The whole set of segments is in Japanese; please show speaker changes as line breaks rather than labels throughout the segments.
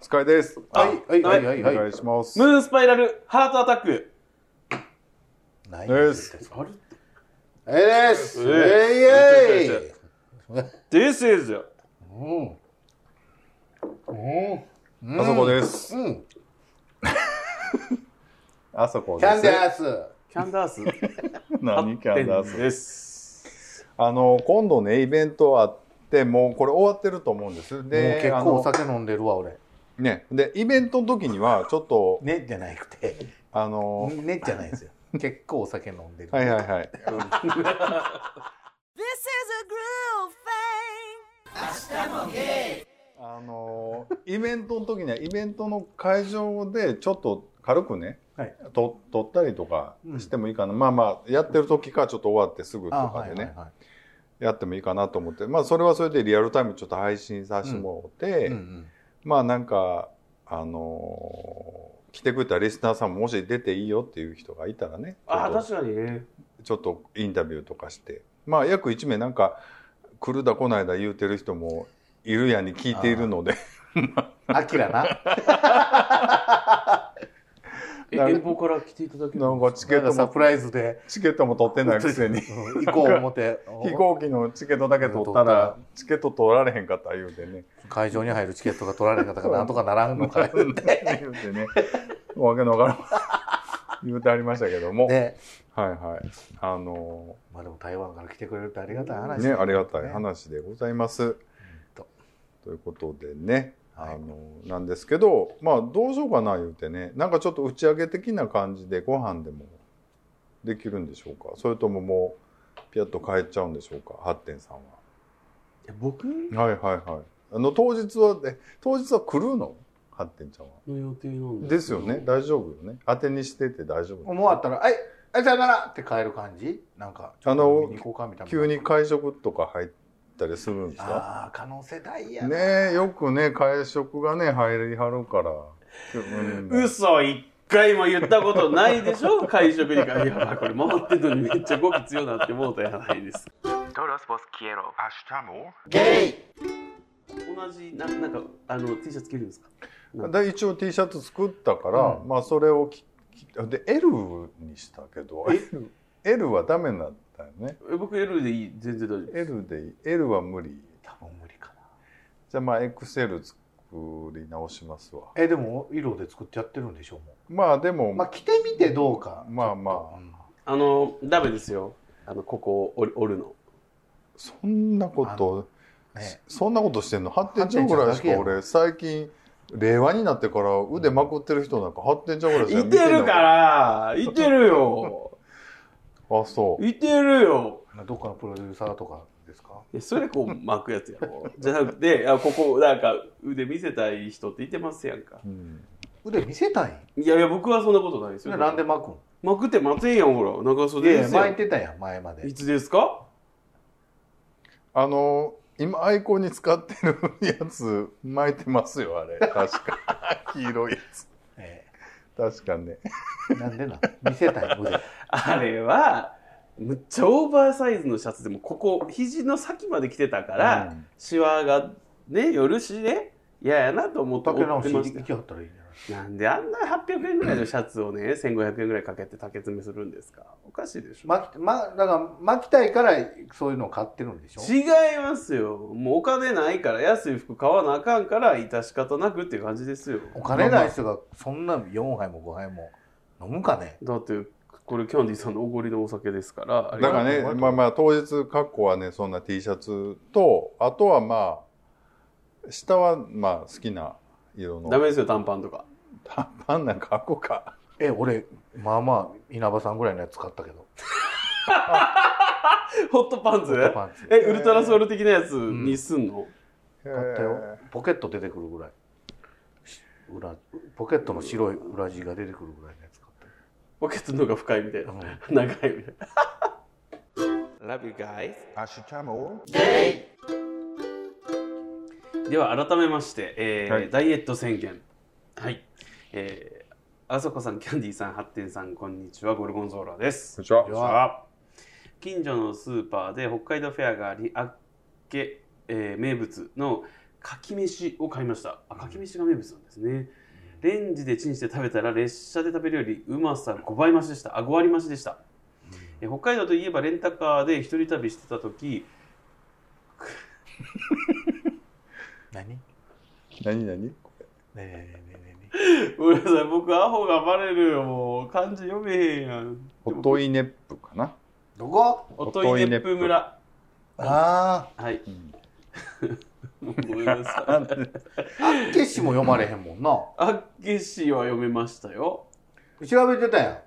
お疲れです。
はい、はい、はい、はい、
お
はい。
願いします。
ムーンスパイラルハートアタック。
ない
です。
あれ
えいです。えい
ええい
えい。
?This is
うん。うん。
あそこです。
うん。
あそこ
キ
です。
ャンダース。
キャンダース。
何キャンダース。
です。
あの、今度ね、イベントあって、もうこれ終わってると思うんです。
もう結
で、あ
構お
の、
酒飲んでるわ、俺。
ね、で、イベントの時には、ちょっと、
ねじゃなくて。
あの、
ねじゃない ですよ。結構お酒飲んでる。
はいはいはい。
This is a groove thing.
あのーイベントの時にはイベントの会場でちょっと軽くね、
はい
と撮ったりとかしてもいいかな、まあまあやってる時からちょっと終わってすぐと
あ
か
はい
でね、
はいは
やってもいいかなと思ってまあそれはそれでリアルタイムちょっと配信させてもらって、
い。うんうん
まあなんかあのー来てくれたリスナーさんももし出ていいよっていう人がいたらねちょ
あ
っ
ー、
と
確かにね。
ちょっとインタビューとかしてまあ約1名なんか来るだ来ないだ言うてる人もいるやに聞いているので
アキラな。
え
なんか
遠方から来ていただける
なんかチケ
なん
ッ
か
ト
サ
も
プライズで。
チケットも取ってないくせに
うん行こう思って。
飛行機のチケットだけ取ったらチケット取られへんかった言うてね
会場に入るチケットが取られなかったからなんとかならんのかよって。
言うて ねわけのわからん言うてありましたけども、
ね。
はいはいあの
まあでも台湾から来てくれるってありがたい
ー
話
ねありがたい話でございます
と
ということでねあ
はい
のーなんですけどまあどうしようかな言うてねなんかちょっと打ち上げ的な感じでご飯でもできるんでしょうかそれとももうピャッと帰っちゃうんでしょうか八点さんは。
いや僕
はいはいはい。あの当日はえ当日は来るの？ハッテンちゃんは。
の予定なん
ですよね。。大丈夫よね。当てにしてて大丈夫。
思わったら、はい、はい、さよならって帰る感じなんか、
あの
飲みに行こうかみたいな。
急に会食とか入ったりするんですか？
ああ、可能性大やな。
ねえよくね会食がね入りはるから。うん
嘘一回も言ったことないで しょ会食にか。いやばい、これ回ってんのにめっちゃ語気強なってもうたやないです。
Todos vos quiero. Hasta mo.
ゲイ
同じ、ななんか、あの、T シャツ着るんですか
で一応 T シャツ作ったから、
う
まあそれをききで L にしたけど L, L はダメになったよね。
え僕 L でいい、全然大丈夫です。
L でいい L は無理。
多分無理かな。
じゃあまあ XL 作り直しますわ。
え、でも、色で作ってやってるんでしょも
まあでも
う。まあ、着てみてどうか。
まあまあ
あの、ダメですよ。あの、ここ折折るの。
そんなこと、
あね、
そんなことしてんの発展ちゃうぐらいしか
発展ちゃうだけや
俺最近令和になってから腕まくってる人なんか発展ちゃうぐらいしか
いてるかららいてるよ
あそう
いてるよ
どっかのプロデューサーとかですか
いやそれこう巻くやつやろじゃなくてあここなんか腕見せたい人っていてますやんか
うん
腕見せたい
いやいや僕はそんなことないです
そ
よ
れなんで巻くん
巻くって待てんやんほら長
い
袖
や
で
いや
すや
巻い
ん
てたやん、前まで
い。つですか
あの今アイコンに使ってるやつ巻いてますよあれ確か 黄色いやつ
ええ
確かね
なんでなん見せたい、腕。
あれはむっちゃオーバーサイズのシャツでもここ肘の先まで着てたから、
うん
シワがね寄るしね嫌やなと思って
竹
折
直
って
し
ました
行きはったらいいんじゃない
なんであんな800円ぐらいのシャツをね、1500円ぐらいかけて竹詰めするんですかおかしいでしょ、
巻き、ま、だから巻きたいからそういうのを買ってるんでしょ
違いますよ。もうお金ないから安い服買わなあかんから、致し方なくっていう感じですよ。
お金ない人がそんな4杯も5杯も飲むかね
だって、これキャンディーさんのおごりのお酒ですから。あり
だ
がと
か
う
らねまあまあ当日格好はねそんな T シャツとあとはまあ下はまあ好きな色の
ダメですよ、短パンとか。
短パンなんか履こうか
え俺まあまあ稲葉さんぐらいのやつ買ったけど
ホットパンツ
ホットパンツ
え、ウルトラソウル的なやつにすんの、
買
買ったよポケット出てくるぐらいし裏ポケットの白い裏地が出てくるぐらいのやつ買っ
ポケットの方が深いみたいな。
たよ、
長いみたいな。Love you guys.
Hasta mo.
では改めまして、えー
はい
ダイエット宣言はいえー、あそこさんキャンディーさんハッテンさんこんにちはゴルゴンゾーラです
こんにちは
こん
こん
にち
にち
は
は近所のスーパーで北海道フェアがありあっけ、えー名物のかき飯を買いましたあかき飯が名物なんですねレンジでチンして食べたら列車で食べるよりうまさ5倍増しでしたあ5割増しでしたえ北海道といえばレンタカーで一人旅してた時
何
何何これ
ねえねえねえね
ごめんなさい僕アホがバレるよもう漢字読めへんやん
ホトイネップかな
えどこ
おといねっぷ村
あ
はい
うん
もうごめんなさい
ああっけしも読まれへんもんな
あっけしは読めましたよ
調べてたやん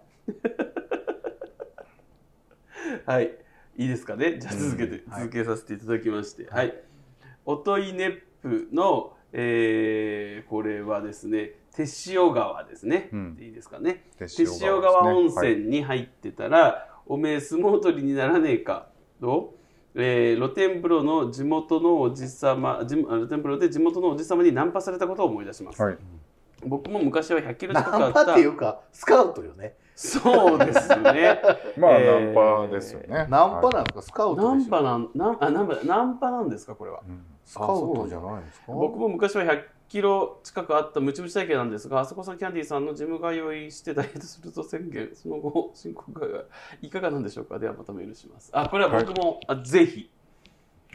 はいいいですかねじゃあ続けて、
うんはい
続けさせていただきましてはい、おといねっぷの、えーこれはですね手塩川ですね、
うん
いいですかね
手
手塩川温
ですねはい
泉に入ってたら、おめえ相撲取りにならねえかと、えー露天風呂の地元のおじさまじあ露天風呂で地元のおじさまにナンパされたことを思い出します、
はい
僕も昔は100キロ
ナ
近くあ
ン
っ
パ
た
っていうかスカウトよね
そうですね
まあ、
えー
ナンパですよね
ナンパ
はい
なんですかスカウトで
ナン
しょ
パなんなんあナンパナンパなんですかこれは
うん
スカウトじゃないんですか
僕も昔は100キロ近くあったムチムチ体型なんですが、あそこさんキャンディーさんのジム通いしてダイエットすると宣言、その後、進行がいかがなんでしょうかではまたメールします。あ、これは僕も、あぜひ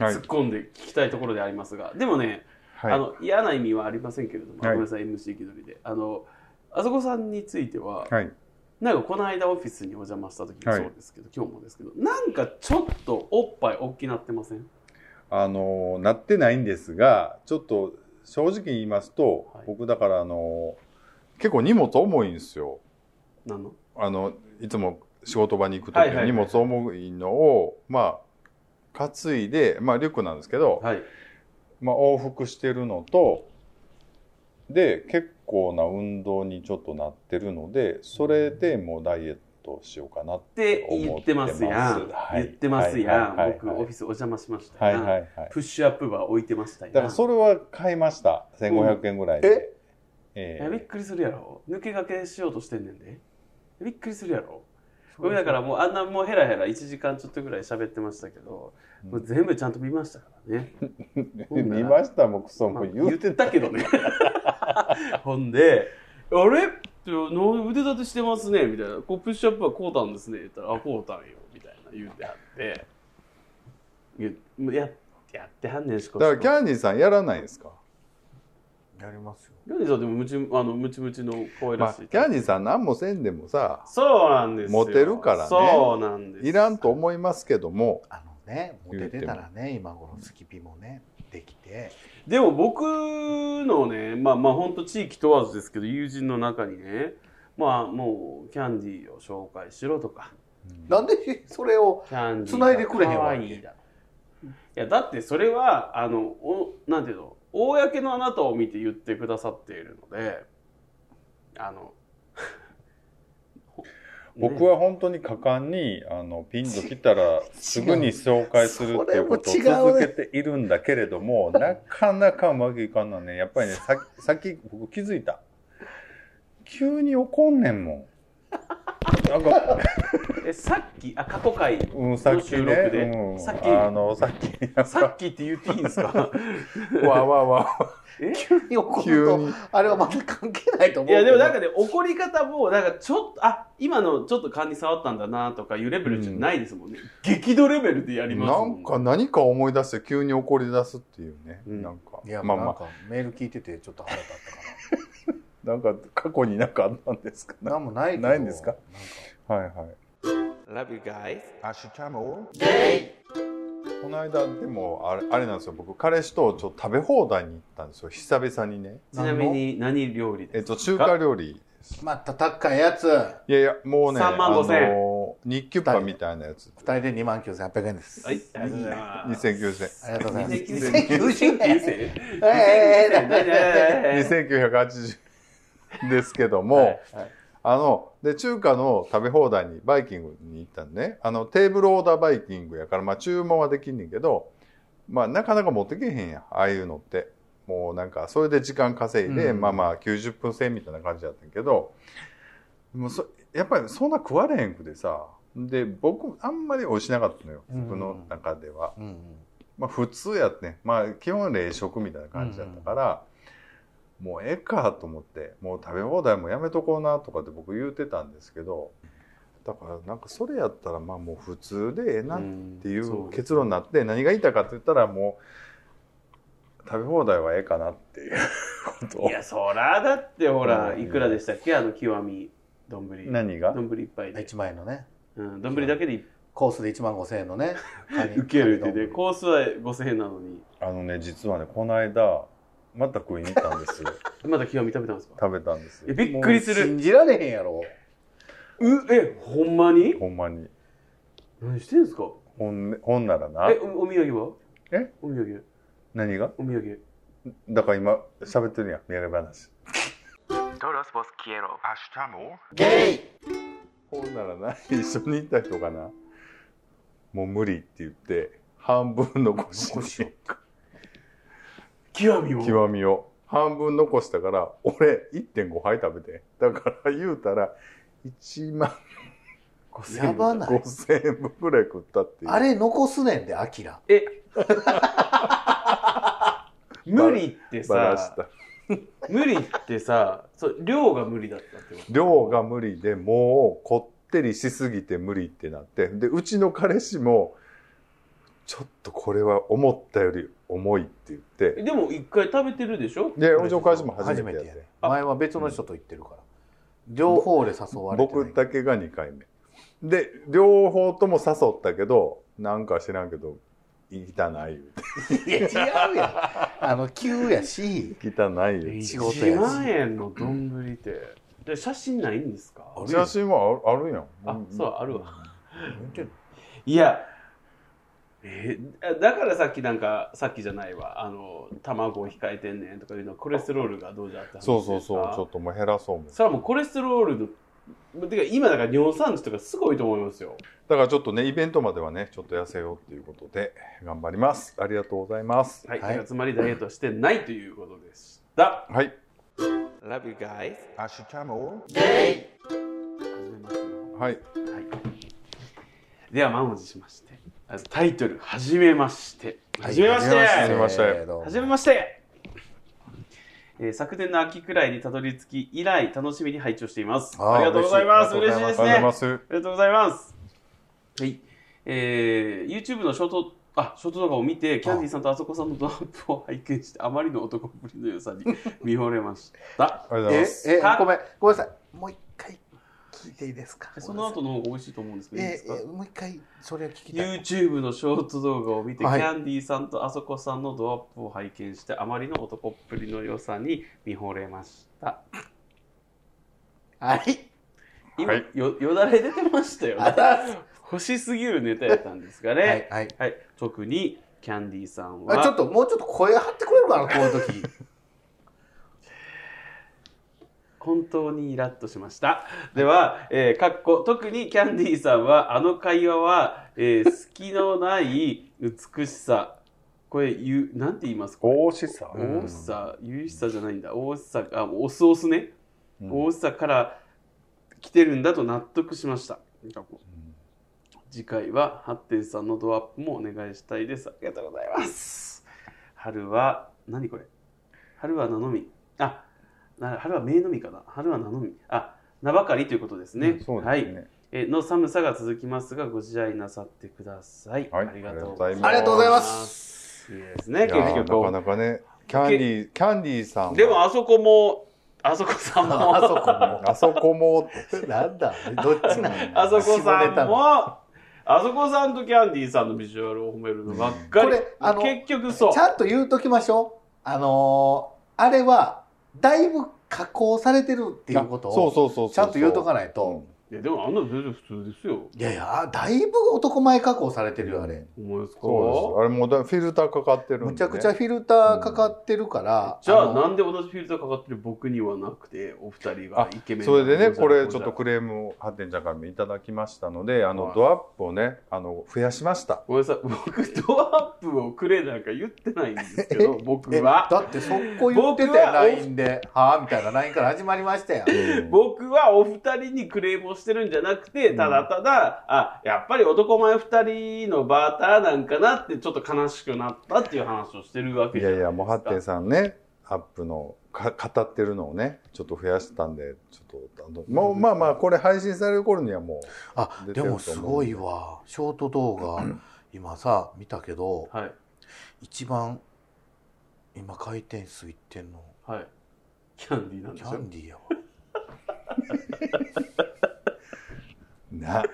はい
突っ込んで聞きたいところでありますが、でもね、
はい
あの嫌な意味はありませんけれども、
はい
ごめんなさい、MC 気取りで。あのあそこさんについては、
はい
なんかこの間オフィスにお邪魔した時も
はい
そうですけど、今日もですけど、なんかちょっとおっぱい大きなってません
あのなってないんですがちょっと正直言いますと、
はい
僕だからあの結構荷物重いんですよ
なんの
あのいつも仕事場に行く
はい
時
はいは
に
い
荷物重いのを、まあ担いで、まあ、リュックなんですけど、
はい。
まあ、往復してるのとで結構な運動にちょっとなってるのでそれでもうダイエットしようかなっ
ってて
思
言
っ
ってて
ま
ますすやん、
はい
言ってますやん、
はいはいはい
僕オフィスお邪魔しました
はい
やん、
はいはい
プッシュアップバー置いてましたやん
だからそれは買いました1500円ぐらいで、
うん
え
いやびっくりするやろ抜け駆けしようとしてんねんでびっくりするやろ僕だからもうあんなもうヘラヘラ1時間ちょっとぐらい喋ってましたけど、もう全部ちゃんと見ましたからねほんなら
見ましたもうクソ
ま
も
あ
う言
言
っ
ってて
た、
たけどね ほんで「あれの腕立てしてますね」みたいな「こうプッシュアップはこうたんですね」言ったら「あこうたんよ」みたいな言うてはって言うややってはんねんしこ
だからキャンディーさんやらないんですか、
やりますよ
キャンディさんでもムチあのムチムチの可愛
ま
ら
あ、
しい、
キャンディーさん何もせんでもさ
そうなんですよ
モテるからね
そうなんです
いらんと思いますけども
あのねモテてたらね今頃スキピもねできて
でも僕のねまあまあ本当地域問わずですけど友人の中にねまあもうキャンディーを紹介しろとか
なんでそれを
キャンディー
繋いでくれへんわ
かわいいだいやだってそれはあのおなんていうの公のあなたを見て言ってくださっているのであの
僕は本当に果敢にあのピンと来たらすぐに紹介するっていうことを
それも違う
続
ね
けているんだけれども、なかなかうまくいかんのねやっぱりねささっき僕気づいた急に怒んねんもんなんか、
えさっきあ過去回
うん、さっきね、
この収録で
うん、
さっき
あのさっきやっ
さ
ぱ
っきって言っていいんですか
わわわ
急に怒る
急
と
に
あれはまた関係ないと思
いう
い
やでもなんかね怒り方もなんかちょっとあ今のちょっと勘に触ったんだなとかいうレベルじゃないですもんね、激怒レベルでやります
な
もん
んか何か思い出して急に怒り出すっていうね、
うん
なんか
いや
まあ
なん
まあ
かメール聞いててちょっと腹立ったか
なんか過去になんかあったんですかね
ななんもないけど
ないんですか
なんか
はいはい
Love you guys
Ashitamo.
この間でもあれあれなんですよ僕彼氏とちょっと食べ放題に行ったんですよ久々にね
ちなみに何料理
え
で
っ
す
と中華料理
また高いやつ2
いやいやもうね
3万5000円
あのー日給パンみたいなやつ
人で2万9800円です
かはいありがとうございます
2900
ありがとうございます
2090
2090円
円
えええええ
円2980円ですけども、あので中華の食べ放題にバイキングに行ったんでねあのテーブルオーダーバイキングやからまあ注文はできんねんけどまあなかなか持ってけへんやんああいうのってもうなんかそれで時間稼いで、
うん
まあまあ90分制みたいな感じだったんやけどもうそやっぱりそんな食われへんくでさで僕あんまり美味しなかったのよ
うん
僕の中では、
うん
まあ普通やってんまあ基本冷食みたいな感じだったから、もうええかと思ってもう食べ放題もやめとこうなとかって僕言うてたんですけどだからなんかそれやったらまあもう普通でええなっっていう結論になって何が言いたいかって言ったらもう食べ放題はええかなっていうことを
いや、そら、だってほら、
うん
いくらでしたっけあの、極み、丼。
何が
丼一杯で。
1万円のね
うん、丼だけで
コースで1万5千円のねカニ
受けるって
カニ
ね、
丼
コースは5000円なのに、
あのね実はねこの間また食いに行ったんですよ
まだ極み食べたんですか
食べたんです
え
よ
びっくりする。
信じられへんやろ
う、え、ほんまに
ほんまに
何してんすか
ほんほんならな
え、おお土産は
え
お土産
何が
お土産。
だから今喋ってるやん土産話
Todos vos quiero. Hasta more.
ゲイ
ほんならな一緒に行った人かなもう無理って言って半分残
残し
し
よ
て
極みを
極みを半分残したから俺1.5杯食べてだから言うたら1万
5000
やばない
5000円分ぐらい食ったっていう
あれ残すねんでアキラ
え無理って
バラし
さ、
た
無理ってさ、そう量が無理だったってこと
量が無理でもうこってりしすぎて無理ってなってでうちの彼氏もちょっとこれは思ったより重いって言って
えでも一回食べてるでしょ
でお嬢会社も初めてやっ
や
て
ね前は別の人と行ってるから両方で誘われてない
僕だけが2回目で両方とも誘ったけどなんか知らんけど汚い言うて
いや違うやんあの急やし
汚い言うて
仕事やし
1万円の丼って、で写真ないんですか
ある
写真もあるあるやん
あ
ん
そうあるわいやえーだからさっきなんかさっきじゃないわあの卵を控えてんねんとかいうのはコレステロールがどうじゃって話
そうそうそう
ですか
ちょっともう減らそうもん
それはもうコレステロールのてか今だから尿酸値とかすごいと思いますよ
だからちょっとねイベントまではねちょっと痩せようっていうことで頑張りますありがとうございます
はい、
はい
だからつまりダイエットはしてないということでした
はい、
Love you guys
Hasta more.
始めますよ
はい、
はい、では満を持しましてあタイトル「はじめまして」はじめまして
はじめまして
どうも
はじめまして、えー昨年の秋くらいにたどり着き以来楽しみに拝聴しています
あー
ありがとうございます嬉
嬉
し
し
い
い
です
ありがとうござい
ね
ます
ありがとうございます。はい。えー、YouTube のショート、あ、ショート動画を見て、キャンディーさんとあそこさんのドアップを拝見して、あまりの男ぶりの良さに 見惚れました。
ありがとうござい
え
ます
え
か
ごめんごめんなさいもう一回聞いていいですか
その後の方が美味しいと思うんですけど、いいで
え
すか
えもう一回それは聞きたい
YouTube のショート動画を見て、
はい
キャンディーさんとあそこさんのドアップを拝見してあまりの男っぷりの良さに見惚れました
はい
今、
はい
よよだれ出てましたよ
あ
ね
ざっす
欲しすぎるネタやったんですがね、
はいはい
はい、特にキャンディーさんは
あちょっともうちょっと声張ってくれるかなこういう時
本当にイラッとしました。では、えー、かっこ、特にキャンディーさんは、あの会話は、え ー、隙のない美しさ。これ、ゆ、なんて言いますか
大しさ
うん
大しさ、優しさじゃないんだ。大しさ、あ、オスオスね。
うん
大しさから来てるんだと納得しました。かっこ次回はハッテンさんのドアップもお願いしたいです。ありがとうございます。春は、何これ春は名のみ。あ、な春は名のみかな。春は名のみ。あ、名ばかりということですね。
うんそうですね、
はい。えの寒さが続きますが、ご自愛なさってください。
はい
ありがとう
あ
ござい
り
ます。
がとうございます
いいですね、
い
結
やーなか
局。
なかねキャンディーキャンディーさんは
でも、あそこも、 あそこさんも、
あそこも
あそこも
なんだどっちなん
あそこさ
下ネタ
ん
の
も、あそこさんとキャンディーさんのビジュアルを褒めるのばっかり。
これあの
結局そう
ち。ゃんと言うときましょうあのーあれはだいぶ加工されてるっていうこと
そう
を
そうそうそう
ちゃんと言うとかないと
いや、でもあんなの全然普通ですよ。
いやいやあだいぶ男前加工されてるよあれ
思いますか
そうですあれもうだフィルターかかってるんで、ね、
むちゃくちゃフィルターかかってるから
じゃあ、
の
なんで同じフィルターかかってる僕にはなくて、お二人がイケメン
それでねこれちょっと
ご
クレームをハッテンちゃんからもいただきましたのであの、
はい
ドアップをねあの増やしま した
めんなさい、僕、ドアップをくれなんか言ってないんですけど、僕
え
は。
だって速攻言ってた
僕は
よ LINE で「はあ?」みたいな LINE から始まりましたよ
僕はお二人にクレームをしてるんじゃなくて、ただただ、あ、やっぱり男前二人のバーターなんかなって、ちょっと悲しくなったっていう話をしてるわけ
い
じゃ
やいや、
ないですか。
もうハッテンさんね、アップのか語ってるのをね、ちょっと増やしたんで、ちょっと、あのもうまあまあ、これ配信される頃にはも
あ
出てると
で
思う
もすごいわショート動画今さ見たけど
はい。
一番今回転数いってんの
はい。キャンディーなんで
キ
し
ャ
ょ
ンディーやわ
う、な、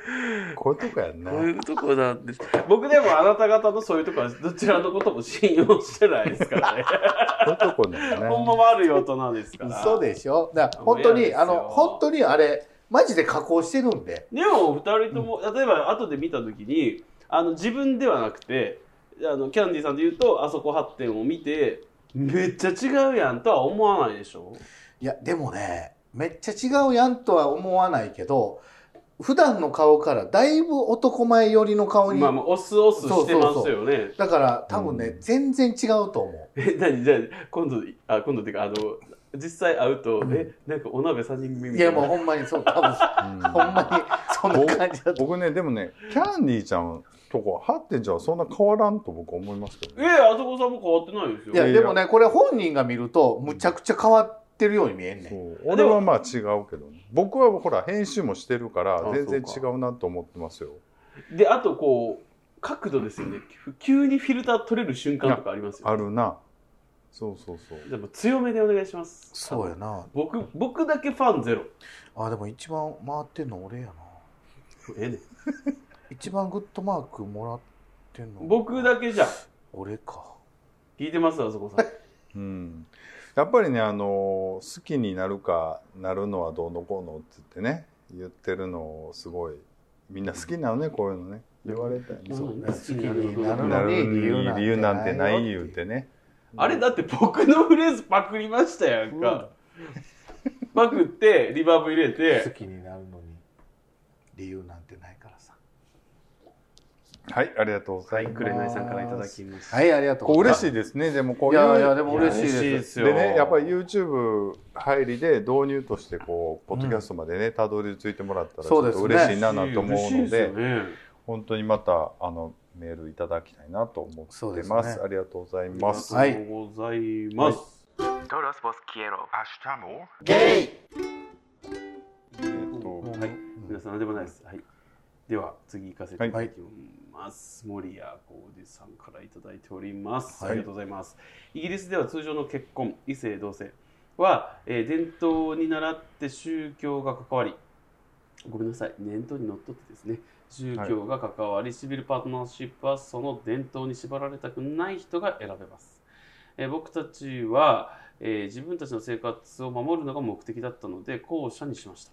こういうとこやんな。
こういうとこなんです。僕でもあなた方のそういうとこはどちらのことも信用してないですから ね。
こういうとこなんだ
ほん
ね。
ま悪い大人ですから。
嘘でしょだから本当
もう
に
嫌ですよ
あの本当にあれマジで加工してるんで
でも二人とも例えば後で見た時にあの自分ではなくてあのキャンディーさんで言うとあそこ発展を見てめっちゃ違うやんとは思わないでしょ
いやでもねめっちゃ違うやんとは思わないけど普段の顔からだいぶ男前寄りの顔に、
まあまあオスオスしてますよね
だから多分ね、
うん
全然違うと思う
え 何じゃあ今度あ今度っていうかあの実際会うと、えなんかお鍋三人組み
い
たい
や
な
もうほんまにそう多分ほんまにそんな感じだと
僕ね、でもね、キャンディーちゃんとこ、ハッテンちゃんはそんな変わらんと僕思いますけど
え
ね。
あそこさんも変わってないですよ
いや
いや
でもねこれ本人が見るとむちゃくちゃ変わってるように見えんね
そ
ん
う俺はまあ違うけどね僕はほら編集もしてるから
あ
全然違
そう
うなと思ってますよ
であとこう角度ですよね急にフィルター取れる瞬間とかありますよ
あるなそうそうそう
でも強めでお願いします
そうやな
僕僕だけファンゼロ
あでも一番回ってんの俺やな
ええね
一番グッドマークもらってんの
僕だけじゃん
俺か
聞いてますあそこ さん
うんやっぱりね、あの好きになるかなるのはどうのこうのって言ってね言ってるのをすごいみんな好きなのねこういうのね言われたよね
そうね
好きになる
な
の
る
に理由なんてない
理由なんてな
よ
い言うてね
あれだって僕のフレーズパクりましたやんか、パクってリバーブ入れ
好
て
きになるのに理由なんてないからさ
はいありがとうございます
くれないさんからいただ
きまし
はいありがとう
こう嬉しい
い
ですねでもこう
いや
う
いやでも嬉しいです
ですよ
でねやっぱり YouTube 入りで導入としてこうポッドキャストまでねたどり着いてもらったらちょ
そう
っ
です
と
ね
嬉しいななと思う
嬉しい
の
す
で
よね
本当にまたあのメールいただきたいなと思
そう
って
です
ま
ね
すありがとうござい
あ
ます、
は
り
い
がとうございます、
Todos vos quiero. Hasta more.
ゲイ
えーと
はい、皆さん何でもないです。はい。では次行かせていただきます。森谷浩二さんからいただいております。
はい
ありがとうございます。イギリスでは通常の結婚、異性同性は、えー伝統に倣って宗教が関わり、ごめんなさい、伝統にのっとってですね、宗教が関わり、シビルパートナーシップはその伝統に縛られたくない人が選べます。えー僕たちは、えー自分たちの生活を守るのが目的だったので、後者にしました。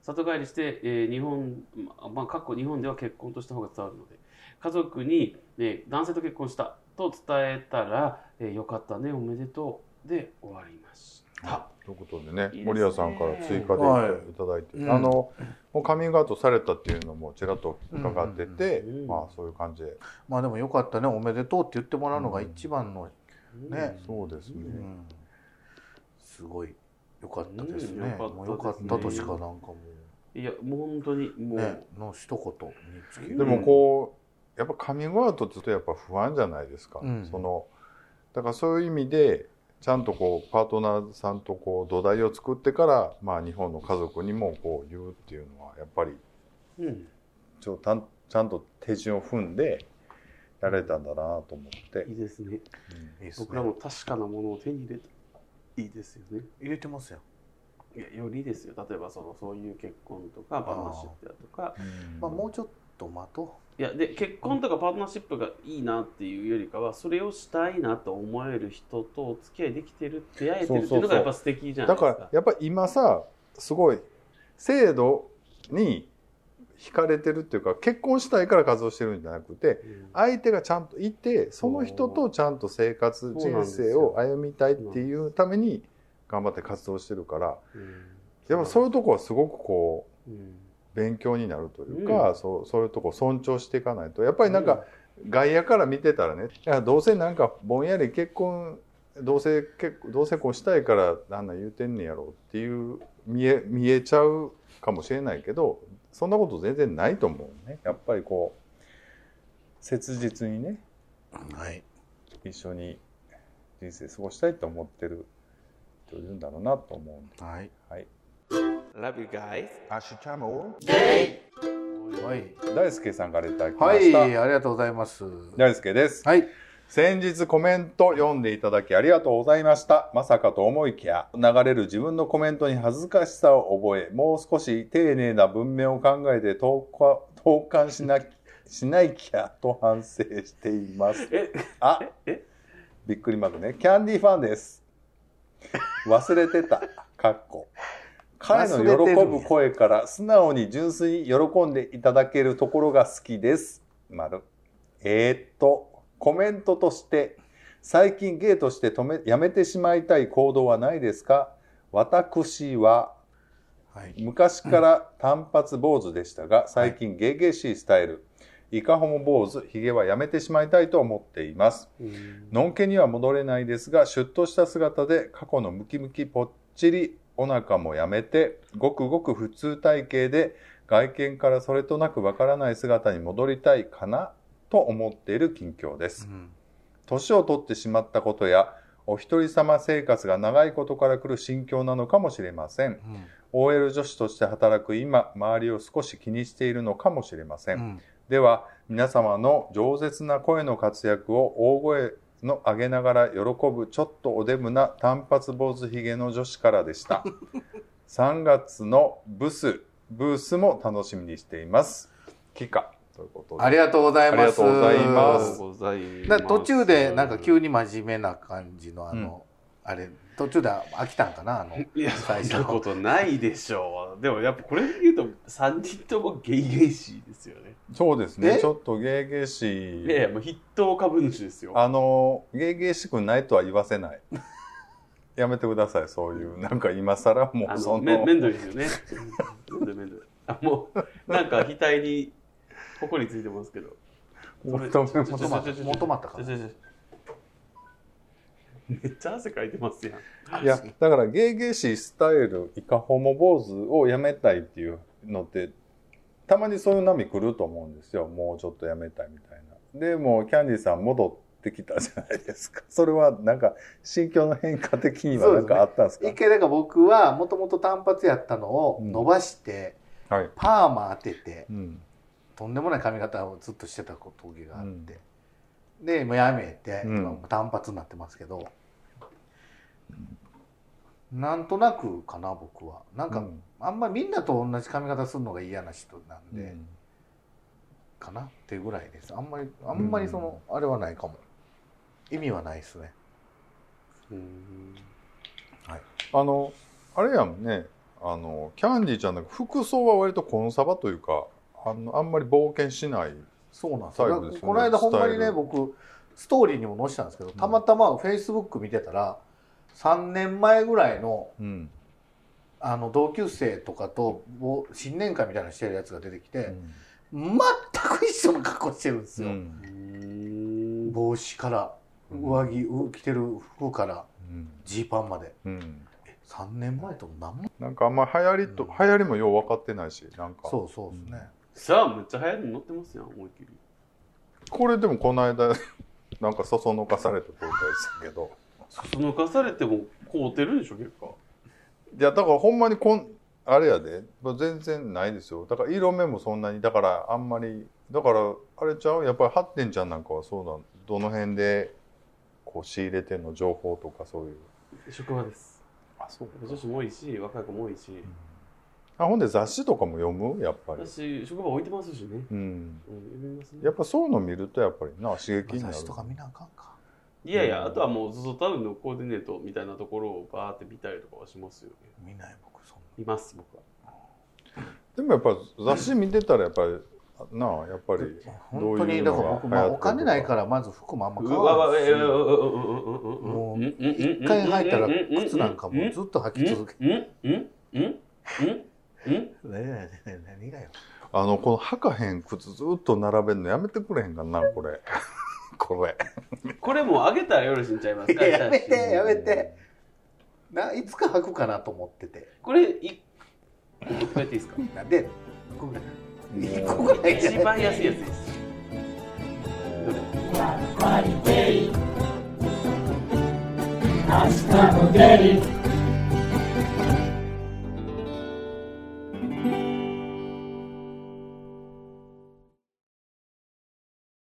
里帰りして、えー日本、ままあ、過去日本では結婚とした方が伝わるので、家族に、えー男性と結婚したと伝えたら、えーよかったね、おめでとうで終わりました。
ということでね
いいですね
森谷さんから追加でいただいて、
はい
あの、もうカミングアウトされたっていうのもちらっと伺ってて、
うんうんうん
まあそういう感じで、
まあでもよかったねおめでとうって言ってもらうのが一番の、ね
そうですね、
うんすごいよかったです
うん
ね、
よかったですね
もうよかったとしかなんかも
いや、もう本当に、
う
もう、
ねの一言につきる
でもこうやっぱカミングアウトって言うとやっぱ不安じゃないですか、
うん
そのだからそういう意味でちゃんとこうパートナーさんとこう土台を作ってから、まあ、日本の家族にもこう言うっていうのはやっぱり
うん
ちょたんちゃんと手順を踏んでやれたんだなと思って
い、いですね。
うん
いいですね
僕らも確かなものを手に入れた。いいですよね。
入れてますよ、
いや、よりですよ。例えば、その、そういう結婚とか、パートナーシップだとか。
うん
まあ、もうちょっと待と
いや、で、結婚とかパートナーシップがいいなっていうよりかは、それをしたいなと思える人とお付き合いできてる、出会えてるっていうのがやっぱ素敵じゃない
だ
ですか。
からやっぱ今さすごい制度に惹かれてるっていうか結婚したいから活動してるんじゃなくて
うん
相手がちゃんといてその人とちゃんと生活
そうなん
人
です
生
よ
を歩みたいっていうために頑張って活動してるから
うん
やっぱそういうとこはすごくこう
うん
勉強になるというか、そうそういうとこ尊重していかないとやっぱりなんか外野から見てたらねいやどうせなんかぼんやり結婚どうせ結構どうせこうしたいからあんなん言うてんねやろっていう見え見えちゃうかもしれないけどそんなこと全然ないと思うねやっぱりこう切実にね
はい。
一緒に人生過ごしたいと思ってる人いるんだろうなと思うんで、
はい。
はい、
Love you guys.
明日も
はい。
大輔さんからいただきま
は
した、
い。ありがとうございます。
大輔です
はい。
先日コメント読んでいただきありがとうございました。まさかと思いきや、流れる自分のコメントに恥ずかしさを覚え、もう少し丁寧な文面を考えて投下投函しな、しないきゃと反省しています。
え、
あ
え、
びっくりマークね。キャンディーファン です。忘れてた。かっこ。彼の喜ぶ声から素直に純粋に喜んでいただけるところが好きです。丸。えー、っと、コメントとして、最近ゲイとして止め、やめてしまいたい行動はないですか私は、
はい。
昔から単発坊主でしたが、最近ゲゲしいスタイル、イカホモ坊主、ヒゲはやめてしまいたいと思っています。のんけには戻れないですが、シュッとした姿で過去のムキムキぽっちりお腹もやめて、ごくごく普通体型で外見からそれとなくわからない姿に戻りたいかなと思っている近況です。
うん
年を取ってしまったことや、お一人様生活が長いことから来る心境なのかもしれません。OL 女子として働く今、周りを少し気にしているのかもしれませ。
うんん。
では、皆様の饒舌な声の活躍を大声の上げながら喜ぶちょっとおデブな単発坊主ひげの女子からでした。3月のブス、ブースも楽しみにしています。キカということで。
ありがとうございます。
ありがとうござい
あり
ま
がとう
す
ございます
だから途中でなんか急に真面目な感じのあの、あれ途中で飽きたんかなあの
いや、そ
最
ん
初
なことないでしょう。でもやっぱこれで言うと、3人ともゲイゲイシーですよね。
そうですね。
え
ちょっとゲーゲー
いやいや、
しい。
もう筆頭株主ですよ。
あの、ゲーゲーしくないとは言わせない。やめてください、そういう。なんか今更も
あ
う
の
その。
めめんどいですよね。めんどいめんどい。あ、もう、なんか額に、ここについてますけど。
求めます
求まった求まったか
ちょちょちょめっちゃ汗かいてますやん。
いや、だから、ゲーゲーシースタイル、イカホモ坊主をやめたいっていうのって、たまにそういう波来ると思うんですよ。もうちょっとやめたいみたいな。で、もうキャンディーさん戻ってきたじゃないですか。 それは、なんか、心境の変化的には
そう
な
で
ん
すね
かあったんですか
一回だから僕はもともと単発やったのを伸ばして、
はい。
パーマ当てて
うん。
とんでもない髪型をずっとしてた時があっ
うん
て、でもうやめて、
うん
今もう単発になってますけど、なんとなくかな僕はなんか、
うん
あんまみんなと同じ髪型するのが嫌な人なんで、
うん
かなっていうぐらいですあんまりあんまりその、あれはないかも意味はないですね
うん
あの、あれやんね、あの、キャンディーちゃんなんか服装は割とコンサバというか、あのあんまり冒険しない。
そうなんですよ
タイプですよね
この間ほんまに
スタイ
ね
ル
僕ストーリーにも載せたんですけどたまたまフェイスブック見てたら3年前ぐらいの
うん。
あの同級生とかとぼ新年会みたいなのしてるやつが出てき
う
て、
ん
全く一緒の格好してるんです
う
よ、
ん
うん。
帽子から上着う着てる服から
うん
ジーパンまで
うん
3年前とも何も
なんかあんま流行りと、
うん
流行りもよう分かってないし、なんか。
そうそうですね、
さあ、めっちゃ流行りに乗ってますやん、思いっきり。
これでもこの間、 なんかそそのかされた状態ですけど。
そのかされても、凍ってるでしょ、結果。
いや、だからほんまにこん、あれやで、全然ないですよ。だから色目もそんなに、だからあんまり、だからあれちゃうやっぱり発展ちゃんなんかはそうだ、どの辺でこう仕入れてんの情報とかそういう。
職場です。
あ、そう
女子も多いし、若い子も多いし。
あ、ほんで雑誌とかも読むやっぱり。
私、職場置いてますしね。
うん。
うん、読みますね
やっぱそういうの見るとやっぱりな、刺激にな
雑
る。
誌とか見なあかんか
いやいや、
うん
あとはもう、ゾゾタウンのコーディネートみたいなところをバーって見たりとかはしますよね。
見ない僕そんない
ます、僕は。
でもやっぱ雑誌見てたらやっぱり、なあ、やっぱり。
本当にだから僕、まあ、お金ないからまず服もあんま買
うわ
わ
わ
ないし
えーうんうんうんうんうんうんうん
もう
うんうんうんうん
一回履いたら靴なんかもうずっと履き続けて
うんうんうんうんうん
ねえねえ何がよ
あの、この履かへん靴ずっと並べるのやめてくれへんかな、これ。これ。
これもうあげたらよろしいんちゃいます か
やめて
写真
やめてないつか履くかなと思ってて
これいこうやって いいですか
なんで1個ぐらい1個ぐらいじゃ
一
ない
番安いやつです